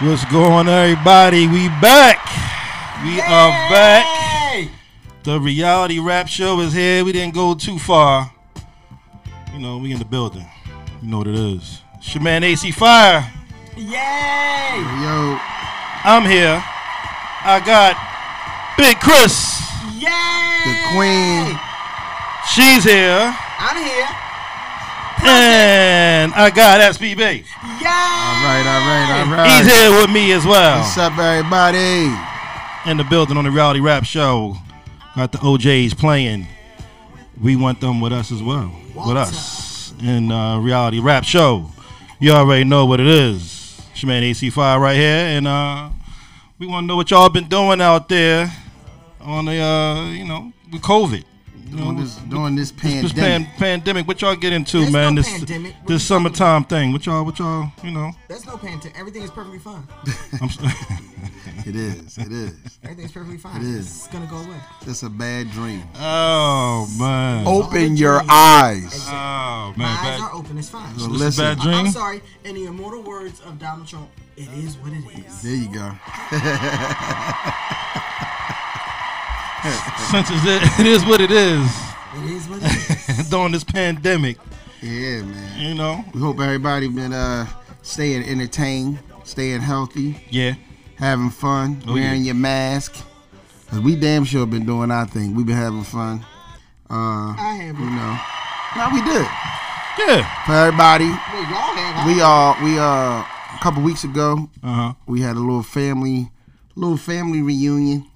What's going on, everybody? We back. We are back. Hey! The reality rap show is here. We didn't go too far. You know, we in the building. You know what it is. It's your man AC Fire. Yay! Yo, I'm here. I got Big Chris. Yay! the queen. She's here. I'm here. And I got SBB. Yay! All right, all right, all right. He's here with me as well. What's up, everybody? in the building on the Reality Rap Show. Got the OJs playing. We want them with us as well. With us in uh, Reality Rap Show. You already know what it is. It's your man AC5 right here, and uh, we want to know what y'all been doing out there on the uh, you know with COVID. You know, Doing this, doing this this pan- pandemic. pandemic, what y'all get into, There's man? no this pandemic. What this you talking about? summertime thing. What y'all, what y'all, you know? There's no pandemic. Everything is perfectly fine. I'm, s- It is. It is. Everything's perfectly fine. It is. It's gonna go away. It's a bad dream. oh man, oh, Open your eyes. man, My eyes bad- are open. It's fine. So this is a bad Listen. dream. I'm sorry. In the immortal words of Donald Trump, it is what it is. There you go. since it's, it is what it is It is what it is. during this pandemic, Yeah, man. you know. We hope everybody been uh staying entertained, staying healthy, Yeah, having fun, Oh, wearing yeah. your mask. 'Cause we damn sure been doing our thing. We've been having fun. Uh, I you haven't. know. No, we did. yeah. For everybody, Well, y'all have. we all we uh a couple weeks ago Uh we had a little family little family reunion huh.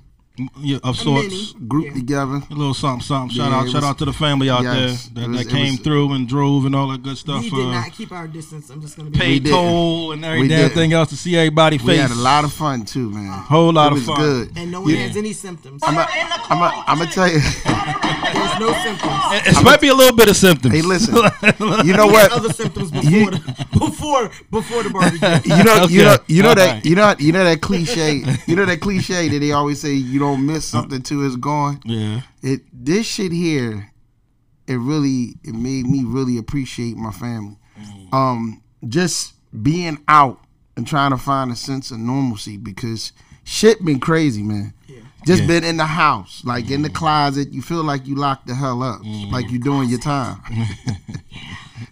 Yeah, of A sorts. mini. group Yeah. together A little something, something. Shout Yeah, out, it shout was- out to the family out Yes, there that, it was- that it came was- through and drove and all that good stuff. We uh, did not keep our distance. I'm just gonna be. paid didn't. toll and every We damn didn't. thing else to see everybody face. we had a lot of fun too man Whole lot it of was fun. good And no one You- has any symptoms. I'm gonna I'm tell you There's no symptoms. It, it might be a little bit of symptoms. hey listen you know what Other symptoms before the, before before the barbecue. you know you know you know Okay. that you know you know that cliche you know that cliche that they always say you don't miss something till it's gone yeah. it this shit here it really it made me really appreciate my family Mm. um just being out and trying to find a sense of normalcy because shit been crazy man just Yeah. been in the house like in the Mm. closet you feel like you locked the hell up like you doing your time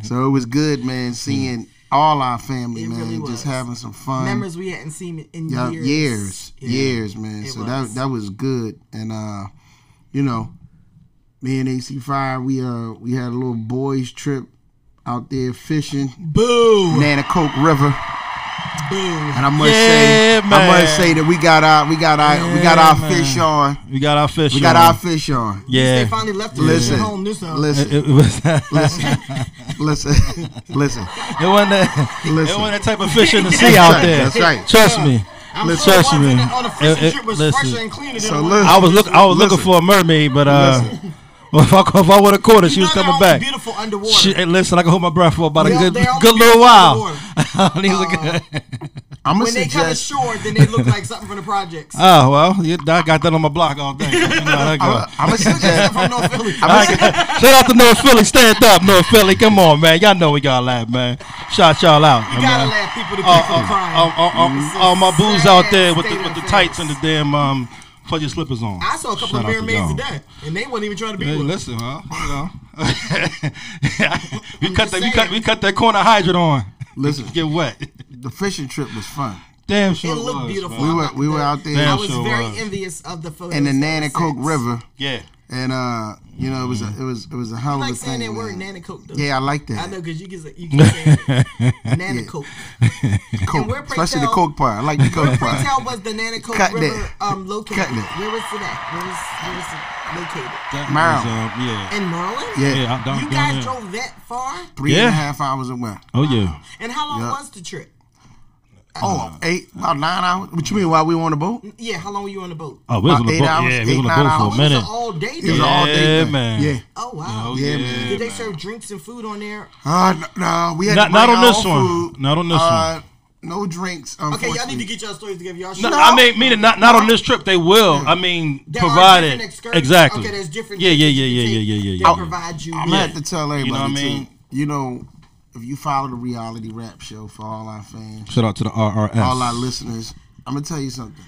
so it was good man seeing all our family It man really and just was. having some fun Members we hadn't seen in yeah, years. years, years, Yeah. man. It so was. that that was good, and uh, you know, me and AC Five, we uh, we had a little boys trip out there fishing, Boo! Nanacoke River, Boo! and I must Yeah, say, I man. must say that we got our we got our we got our Yeah, fish man. on, We got our fish. we got on. our fish on. They Yeah. finally left us Listen. at home this time. Listen, It, it was, it listen, wasn't listen, that, it listen. wasn't that type of fish in the sea out right, there. that's right. Trust me. I'm Listen. sure Trust the me. ones in the- on the fishing It- it- trip was listen. fresher and cleaner than So the ones- listen, I was look. I was looking Listen. for a mermaid, but uh, well, if I if I would have caught her, she You was know they're coming all back. Beautiful underwater. She, hey, listen, I can hold my breath for about a They're- good they're all good little beautiful while. underwater. These are good- I'm gonna When they come suggest. ashore, then they look like something from the projects. oh well, you, I got that on my block all day. You know how that go. I'm gonna suggest. from North Philly. I'm gonna suggest. Shout out to North Philly, stand up, North Philly. Come on, man. Y'all know we gotta laugh, man. Shout y'all out. You gotta laugh people to keep All, from crying. oh. all my booze out there with the, Sad with the state of tights and the affairs. damn um fudgy slippers on. I saw a couple Shout of out to mermaids y'all. today, and they weren't even trying to be Hey, with us. listen, huh? You know. we I'm cut just that. We cut. saying. We cut that corner hydrant on. Listen, Get wet. the fishing trip was fun. Damn sure It looked was, beautiful. man. We I'm were- not we were gonna- out there. I Damn was sure very was. envious of the photos. In the that were Nanacoke sent. River. Yeah. And uh, you know, it was a, Mm-hmm. it was it was a hell I of like a thing. saying that word, man. Nanacoke. Though. yeah, I like I that. know because you can say you can say it. Nanacoke. Coke. and where pray especially the tell- Coke part. I like the Coke Where part. tell was the Nanacoke Cut River that. um located? Cut that. Where was it at? Where was, where was it located? That Maryland. was, um, yeah. In Maryland? Yeah, Yeah, I'm down, You down guys there. drove that far? three and Yeah. a half hours away. Oh yeah. And how long Yeah. was the trip? Uh-huh. Oh, eight about nine hours. What you mean? While we were on the boat? Yeah, how long were you on the boat? Oh, we was About on the eight boat. hours, Yeah, we was eight, on the nine boat Oh, for it a was an minute. all day It was day. an all Yeah, day thing. man. Yeah. Oh wow. Yeah, Yeah, man. man. Did they serve drinks and food on there? Uh, no, no, we had Not- to not bring on our this own one. food. Not on this uh, one. No drinks. Okay, y'all need to unfortunately. get y'all stories together. Y'all No, should. I mean, meaning not not on this trip. They will. I mean, There are provided different excursions. exactly. Okay, there's different Yeah, trips yeah, that you yeah, can yeah, take yeah, yeah, that yeah, yeah. provide you. I'm with- gonna have to tell everybody. You know what I mean? Too, you know, if you follow the reality rap show for all our fans, Shout out to the RRS. all our listeners, I'm gonna tell you something.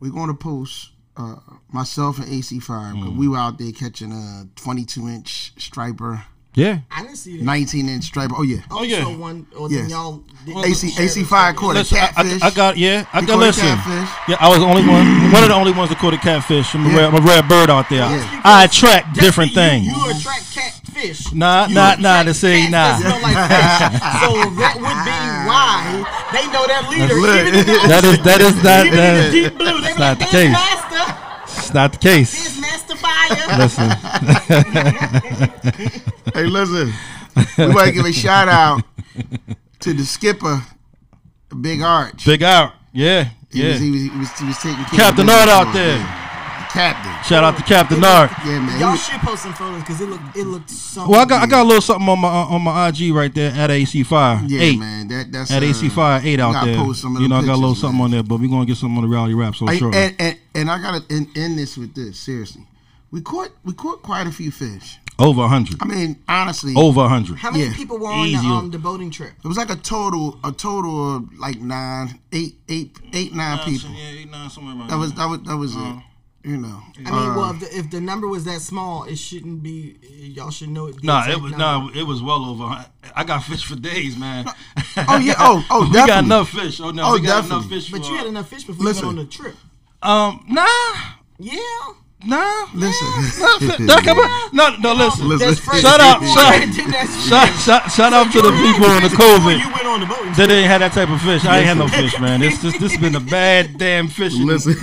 We're going to post uh, myself and AC5. Mm. 'cause We were out there catching a 22 inch striper, yeah. I didn't see that. 19 inch striper. Oh yeah, Oh, yeah. So one, or Yes. then y'all didn't AC share the- AC5 caught a Listen, I- I, catfish. I got yeah. I You got caught a listen. catfish? Mm. Yeah, I was the only one, one of the only ones that caught a catfish. I'm a, Yeah. rare, I'm a rare bird out there. Yeah. I attract That's different it, things. You, you attract catfish. Nah, you nah, nah, attract to say cats nah. that smell like fish. so that would be why they know that leader. lit. Even in the, That is that is that even in the that deep blue, they That's not be like, the "There's case. master, is not the case. there's master fire." Listen, Hey, listen, we want to give a shout out to the skipper, Big Arch. big out. Yeah, He, was, he, yeah. was, he, was, he was taking care Captain of business Art out for there. us, yeah. Captain. Shout out to Captain Nard. Yeah, man. He Y'all was, should post some photos because it looked it looked so. Well, I got I got a little something on my uh, on my IG right there at AC5 yeah, eight man. That, that's at uh, AC5 eight we out gotta there. post some of You know, I them got a little pictures, something man. on there, but we are gonna get something on the rally rap so I- shortly. and, and and I gotta end, end this with this seriously. We caught we caught quite a few fish. Over hundred. I mean, honestly, Over hundred. How many Yeah. people were on the, Easy. um, the boating trip? it was like a total a total of like nine, eight, eight, eight, nine people. That was that was that was it. You know, Uh-huh. Uh, I mean, well, if the, if the number was that small, it shouldn't be. Y'all should know it. the Nah, exact it was number. nah, it was well over. a hun- I got fish for days, man. Oh, yeah. Oh, oh, we got definitely. enough fish. Oh no, Oh, we got enough definitely. fish. But for, you had enough fish before Listen. you went on the trip. um, nah, Yeah. nah. listen. Nah, come on. No, no, listen. Listen. That's fresh Shut up, seafood. shut up. Then that's- Shout, shout, shout out to the people on the Before COVID You went on the boat. that ain't had that type of fish. I ain't had no fish, man. This this this been a bad damn fishing. Listen,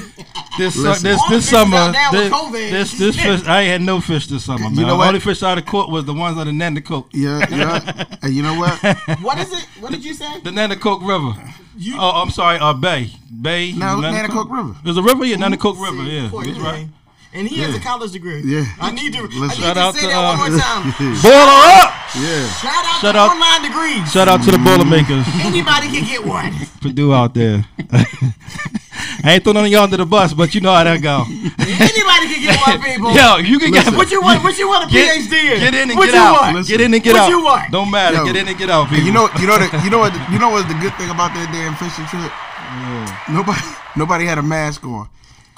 this su- listen. this All this the fish out summer. now with This, COVID. this this fish. I ain't had no fish this summer, man. know The what? only fish out of caught was the ones on the Nanticoke, yeah, yeah. And you know what? What is it? What did you say? the Nanticoke River. oh, I'm sorry, uh, Bay, Bay. No, Nanticoke- Nanticoke River. There's a river, yeah, Nanticoke River, See, yeah. Corey, That's you right. know. And he has a college degree. Yeah. I need to, I need Listen. to Shout out say to, that uh, one more time. Boiler up! Yeah. Shout out Shout to out- online degrees. Shout out to the Boilermakers, Anybody can get one. Purdue out there. I ain't throwing none of y'all under the bus, but you know how that go. Anybody can get one, people. Yo, you can get Listen. What you want? What you want a get, PhD in? get in and what get you out. Want? Listen. Get in and get What out. you want? Don't matter. Yo. Get in and get out, people. And you know, you know the, you know what, you know what's the good thing about that damn fishing trip? Nobody, nobody had a mask on.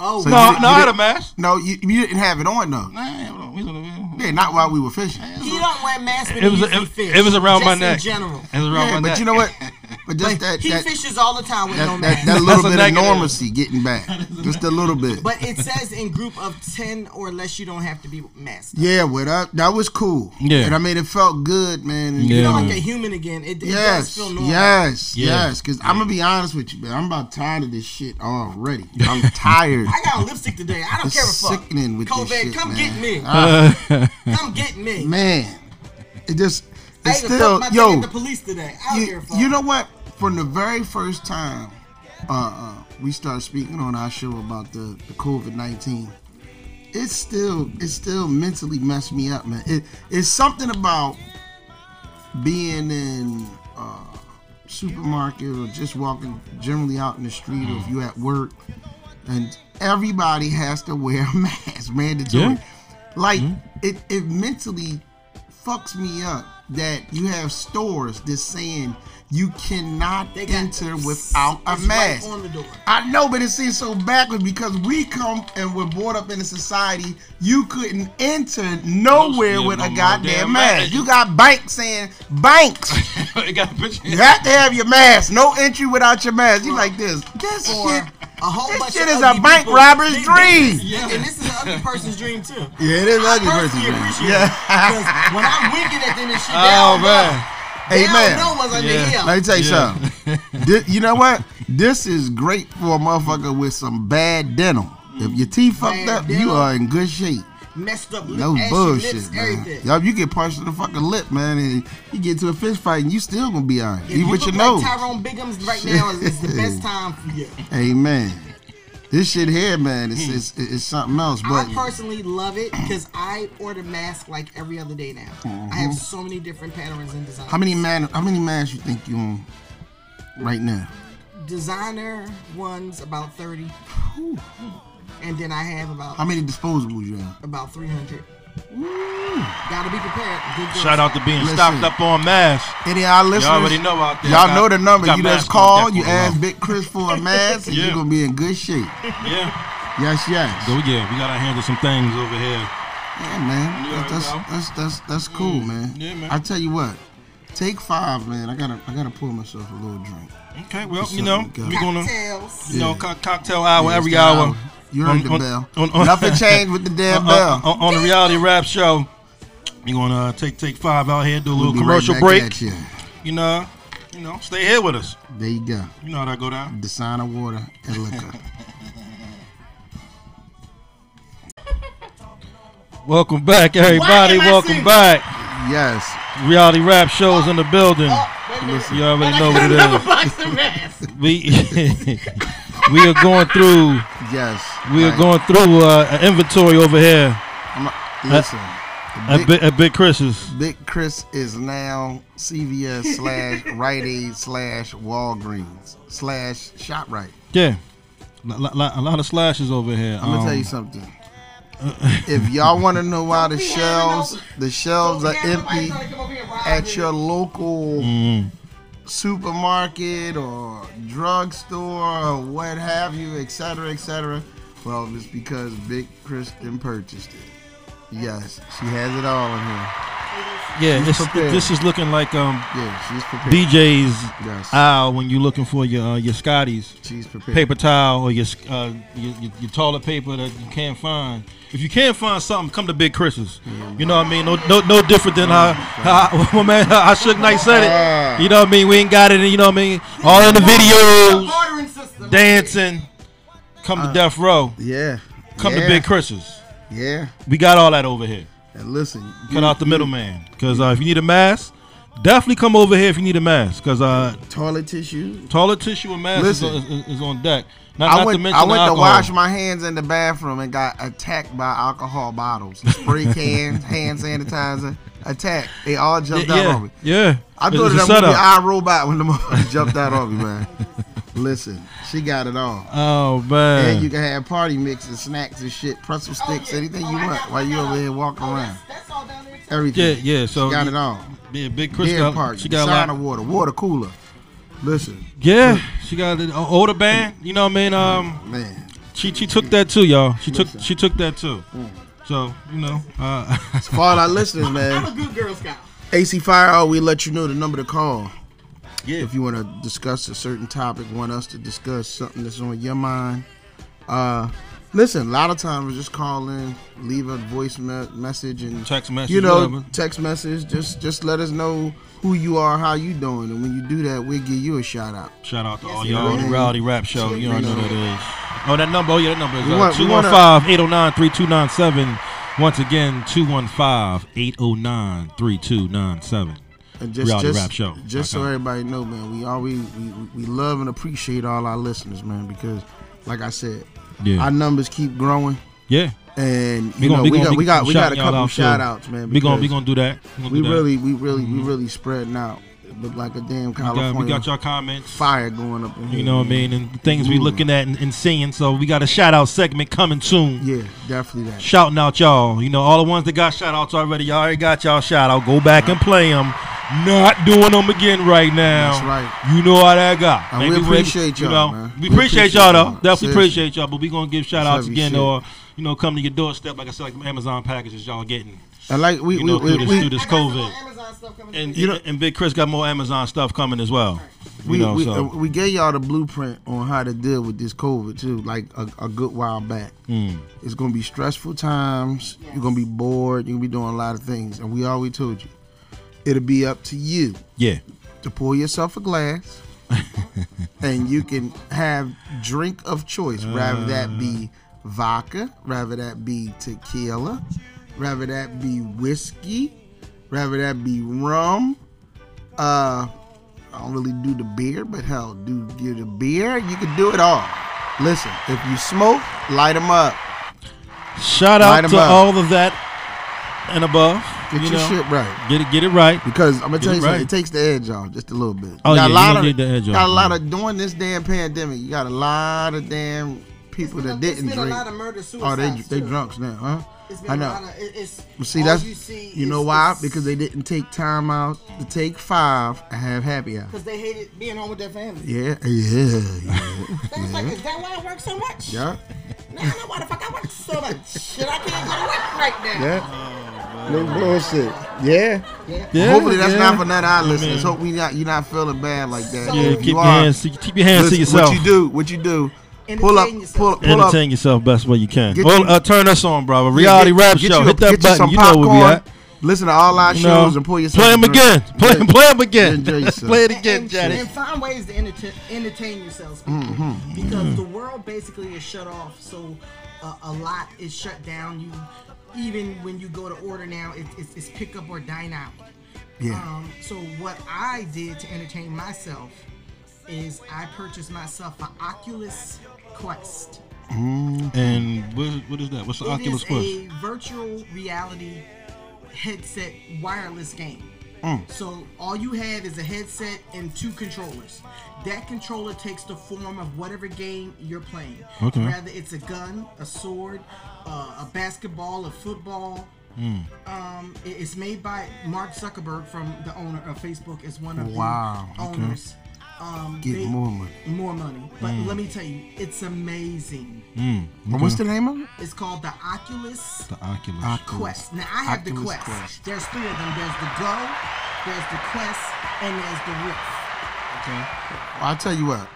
Oh, So no, you no, didn't- I you had a didn't- mask. No, you, you didn't have it on though. Nah, hold on, we was on the- Yeah, not while we were fishing. he don't wear masks when It was he usually it, fish. it was around just my neck. In general, It was around Yeah, my but neck. you know what? But just that he that, fishes all the time with no that, mask. that, that little That's a bit of negative. normalcy getting back, just a little bit. but it says in group of ten or less, you don't have to be masked. Yeah, well, that, that was cool. Yeah. and I mean it felt good, man. And, Yeah. You know, man. like a human again. It, it does Yes, feel normal. yes, Yeah. yes. Because I'm gonna be honest with you, man. I'm about tired of this shit already. I'm tired. I got on lipstick today. I don't It's care a fuck. sickening with this COVID, shit, come man. Ah, get me. come get me. man, it just I it's had to fuck still my thing yo. at the police today. I don't care You, a fuck. you know what? From the very first time uh, uh, we started speaking on our show about the, the COVID nineteen, it's still it still mentally messed me up, man. It, it's something about being in uh, supermarket or just walking generally out in the street, or if you at work, and everybody has to wear a mask, mandatory. Yeah. Like it, it mentally fucks me up that you have stores that's saying you cannot They got- enter without a it's mask. Right on the door. I know, but it seems so backwards because we come and we're brought up in a society you couldn't enter nowhere No, yeah, with no, a no goddamn damn mask. mask. You got banks saying banks. it got a picture. You have to have your mask. No entry without your mask. You like this? This Or shit. a whole This bunch shit of is a ugly bank people. robber's They- dream. they- And this is an ugly person's dream too. Yeah, it is ugly I person's personally dream. appreciate Yeah. it. 'Cause when I'm winking at them and shit, they Oh don't man, know. They Amen. don't know what's under Yeah. here. Let me tell you Yeah. something. Thi- you know what? This is great for a motherfucker with some bad denim. If your teeth fucked Bad up, you denim. are in good shape. Messed up lip, No ashy bullshit, lips, man. everything. Yup, you get punched in the fucking lip, man, and you get to a fist fight, and you still gonna be alright. If Even you with your look nose. like Tyrone Biggums right now is, is the best time for you. Amen. This shit here, man, it's, it's, it's something else. But Hmm. I personally love it because I order masks like every other day now. I have so many different patterns and designs. Mm-hmm. how many man? How many mans you think you on right now? designer ones? About thirty, and then I have about How many disposables you have? about three hundred. Gotta be prepared. Good girls. Shout out to being Listen. stopped up on masks. Any of our listeners, already know out there, Y'all got- know the number. got You masks just on call, deck you for a while. ask Big Chris for a mask, and Yeah. you're gonna be in good shape. Yeah. Yes, yes. So yeah, we gotta handle some things over here. Yeah, man. You That- already That's know. that's that's that's cool, man. Mm. Yeah, man. I tell you what, take five, man. I gotta I gotta pour myself a little drink. Okay, well, Something you know, like that. we're gonna Cocktails. you know, co- cocktail hour Yeah, Oh, every it's the hour. You On- heard the on- bell. on- Uh, on- Nothing changed with the damn on, on- bell. on- on the reality rap show. We're gonna uh, take take five out here, do a little We'll be right commercial back break. at ya. You know, you know, stay here with us. There you go. You know how that go down. The sign of water and liquor. Welcome back, everybody. am I Welcome singing? back. yes. Reality rap shows in the building. Oh, wait a minute. You already know what it Another is. box of masks. We we are going through Yes. we are Like, going Uh, through uh, an inventory over here I'm a- listen. the at, big, Bi- at Big Chris's. Big Chris is now CVS slash Rite Aid slash Walgreens slash ShopRite. Yeah, Lo- lo- lo- a lot of slashes over here. I'm gonna Um, tell you something. if y'all want to know why the Don't be having shelves the shelves are Don't have nobody empty trying to come over here and rob at you. your local Mm. supermarket or drugstore or what have you, etc., etc. Well, it's because Big Kristen purchased it. Yes, she has it all in here. Yeah, this, prepared. this is looking like um, Yeah, she's prepared. BJ's yes, aisle when you're looking for your uh, your Scotties she's prepared. paper towel or your, uh, your your your toilet paper that you can't find. If you can't find something, come to Big Chris's. You know what I mean? No no no different than how, how my man how Shook Knight said it. You know what I mean? We ain't got it. You know what I mean? All in the The videos, ordering system. dancing. Come to Death Row. Yeah. Come Uh, yeah, to Big Chris's. Yeah. We got all that over here. And listen, Cut out the mm. middleman. Cause uh, if you need a mask, definitely come over here if you need a mask. Cause uh, toilet tissue. Toilet tissue and mask is Listen. on, is, is on deck. Not, I not went, to I mention went the to alcohol. wash my hands in the bathroom and got attacked by alcohol bottles, spray cans, hand sanitizer. Attack. They all Y- jumped out on yeah, me. yeah. I It's- thought it's of a that movie setup. I Robot when the motherfucker jumped out on me, man. Listen, she got it all. Oh man. And you can have party mixes, snacks and shit, pretzel Oh, sticks, yeah. anything Oh, you I want got- while I you got- over here walking oh, around. that's- That's all down there. too. yeah, Everything. yeah. So She got it all. yeah, big Chris Beer got, party, she got a sign lot. of water, water cooler. Listen, yeah, she got an older band. You know what I mean? Um, man. she she took that too, y'all. She took Listen. she took that too. Mm. So you know, uh, For all our listeners, I'm man, a good Girl Scout. AC Fire, oh, we let you know the number to call. yeah, if you want to discuss a certain topic, want us to discuss something that's on your mind. Uh, listen, a lot of times just call in, leave a voice me- message, and Text message, You know, whatever. text message. Just just let us know who you are, how you doing, and when you do that, we'll give you a shout out. Shout out to all Yes, y'all. yeah. The Reality Rap Show. You don't know who that is. Oh, that number. Oh, yeah, that number We want- is we two one wanna- five eight zero nine three two nine seven. Once again, 215 809 3297. And just Reality just Rap Show. just so Okay. everybody know, man, we always we, we love and appreciate all our listeners, man, because like I said, Yeah. our numbers keep growing. yeah. And We you gonna- know we we, gonna- got we we got we got a shouting y'all couple out, too. shout outs, man. We're going because- to do that. We, gonna We do that. Mm-hmm. really, we really, we really spreading out. Look like a damn We got, California we got y'all comments. fire going up in here. You know what I mean? And the things we looking at and, and seeing. So we got a shout out segment coming soon. Yeah, definitely that. Shouting out y'all. You know, all the ones that got shout outs already. Y'all already got y'all shout out. Go back and play them. Not doing them again right now. That's right. You know how that got. And we Maybe appreciate you y'all, know, man. We We appreciate appreciate y'all though. y'all. Definitely Seriously. appreciate y'all. But we gonna give shout outs heavy again shit. or you know, come to your doorstep, like I said, like Amazon packages y'all getting. And like we, You know, we, through we, this, we, through this I got some COVID. more Amazon stuff coming And, through. you know, and Big Chris got more Amazon stuff coming as well. we, you know, we, so uh, we gave y'all the blueprint on how to deal with this COVID too, like a, a good while back. Mm. It's gonna be stressful times. You're gonna be bored. You're gonna be doing a lot of things, and we always told you it'll be up to you yeah. to pour yourself a glass, and you can have drink of choice. Rather that be Uh. vodka, rather that be tequila, rather that be whiskey, rather that be rum. Uh, I don't really do the beer, but hell, do get the beer. You can do it all. Listen, if you smoke, light them up. Shout Light out 'em to up. all of that and above. Get you your know. shit right. Get it get it right. Because I'm gonna Get tell it you something, right. it takes the edge off just a little bit. Oh, yeah, a you lot don't of need the edge off, got a lot yeah. of during this damn pandemic. You got a lot of damn people There's that been didn't a lot drink. of murder Oh, they suicides, they too. drunks now, huh? It's been I know. A lot of, it, it's But see, all that's you see. you know is- why? is- Because they didn't take time out to take five and have happy hour. 'cause they hated being home with their family. Yeah, yeah, yeah. They was like, is that why I work so much? yeah. Nah, nah, why the fuck I work so much? Shit, I can't go to work right now. Yeah. No bullshit. Yeah. Yeah, Hopefully that's yeah. not for none of our listeners. man. Hope we not you not feeling bad like that. So- Yeah, You keep your hands, keep your hands to listen, yourself. What you do? What you do? Pull up, Entertain yourself. pull, pull up. Entertain yourself best way you can. Get Well, you- uh, turn us on, brother. Reality get- Rap get Show. you a- Hit get that you button. some You know where we popcorn, at. Listen to all our You know, shows and pull yourself. play him a drink. again. Play him. Play him again. Enjoy yourself. play it And- again, and, Johnny. and find ways to entertain, entertain yourselves people. Mm-hmm. because the world basically is shut off. So uh, a lot is shut down. You even when you go to order now, it, it's, it's pick up or dine out. Yeah. Um, so what I did to entertain myself is I purchased myself an Oculus Quest. And what, what is that? What's the It Oculus is Quest? a virtual reality headset wireless game. Mm. So all you have is a headset and two controllers. That controller takes the form of whatever game you're playing. Okay. Whether it's a gun, a sword, uh, a basketball, a football. Mm. Um, it- it's made by Mark Zuckerberg from the owner of Facebook is one of Wow, the owners. Um, Get more money. Mm. More money. But let me tell you, it's amazing. What's the name of it? It's called the Oculus The Oculus. Quest. Now I have the Oculus Quest. Quest. There's three of them. There's the Go, there's the Quest, and there's the Rift. I'll tell you what.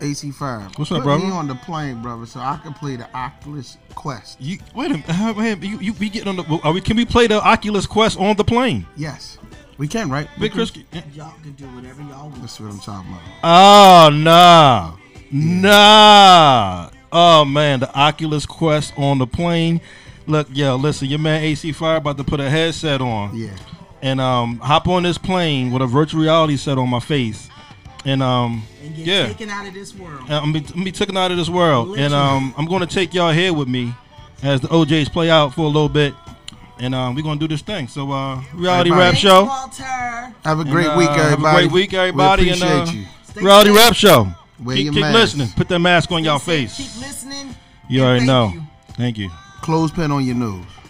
AC5. What's up, Put brother? me on the plane, brother, so I can play the Oculus Quest. You, wait a minute. Uh, wait, you, you we getting on the? Are we? Can we play the Oculus Quest on the plane? Yes. We can, right? Big Chris. Y'all can do whatever y'all want. That's what I'm talking about. Oh nah, nah. Oh man, the Oculus Quest on the plane. Look, yo, listen, your man AC Fire about to put a headset on. Yeah. and um, hop on this plane with a virtual reality set on my face, and um, And get yeah, taken out of this world. I'm be, I'm be taken out of this world, and um, I'm gonna take y'all here with me as the OJ's play out for a little bit, and um, we're gonna do this thing. So uh, reality Everybody- rap Thanks, show, Walter. Have a great And, uh, week, have a everybody. great week, everybody, We and, appreciate uh, you. Stay reality safe. rap show. Wear keep your keep mask. listening. Put that mask on y'all Stay face. safe. Keep listening. You and already thank know. you. Thank you. Clothespin on your nose.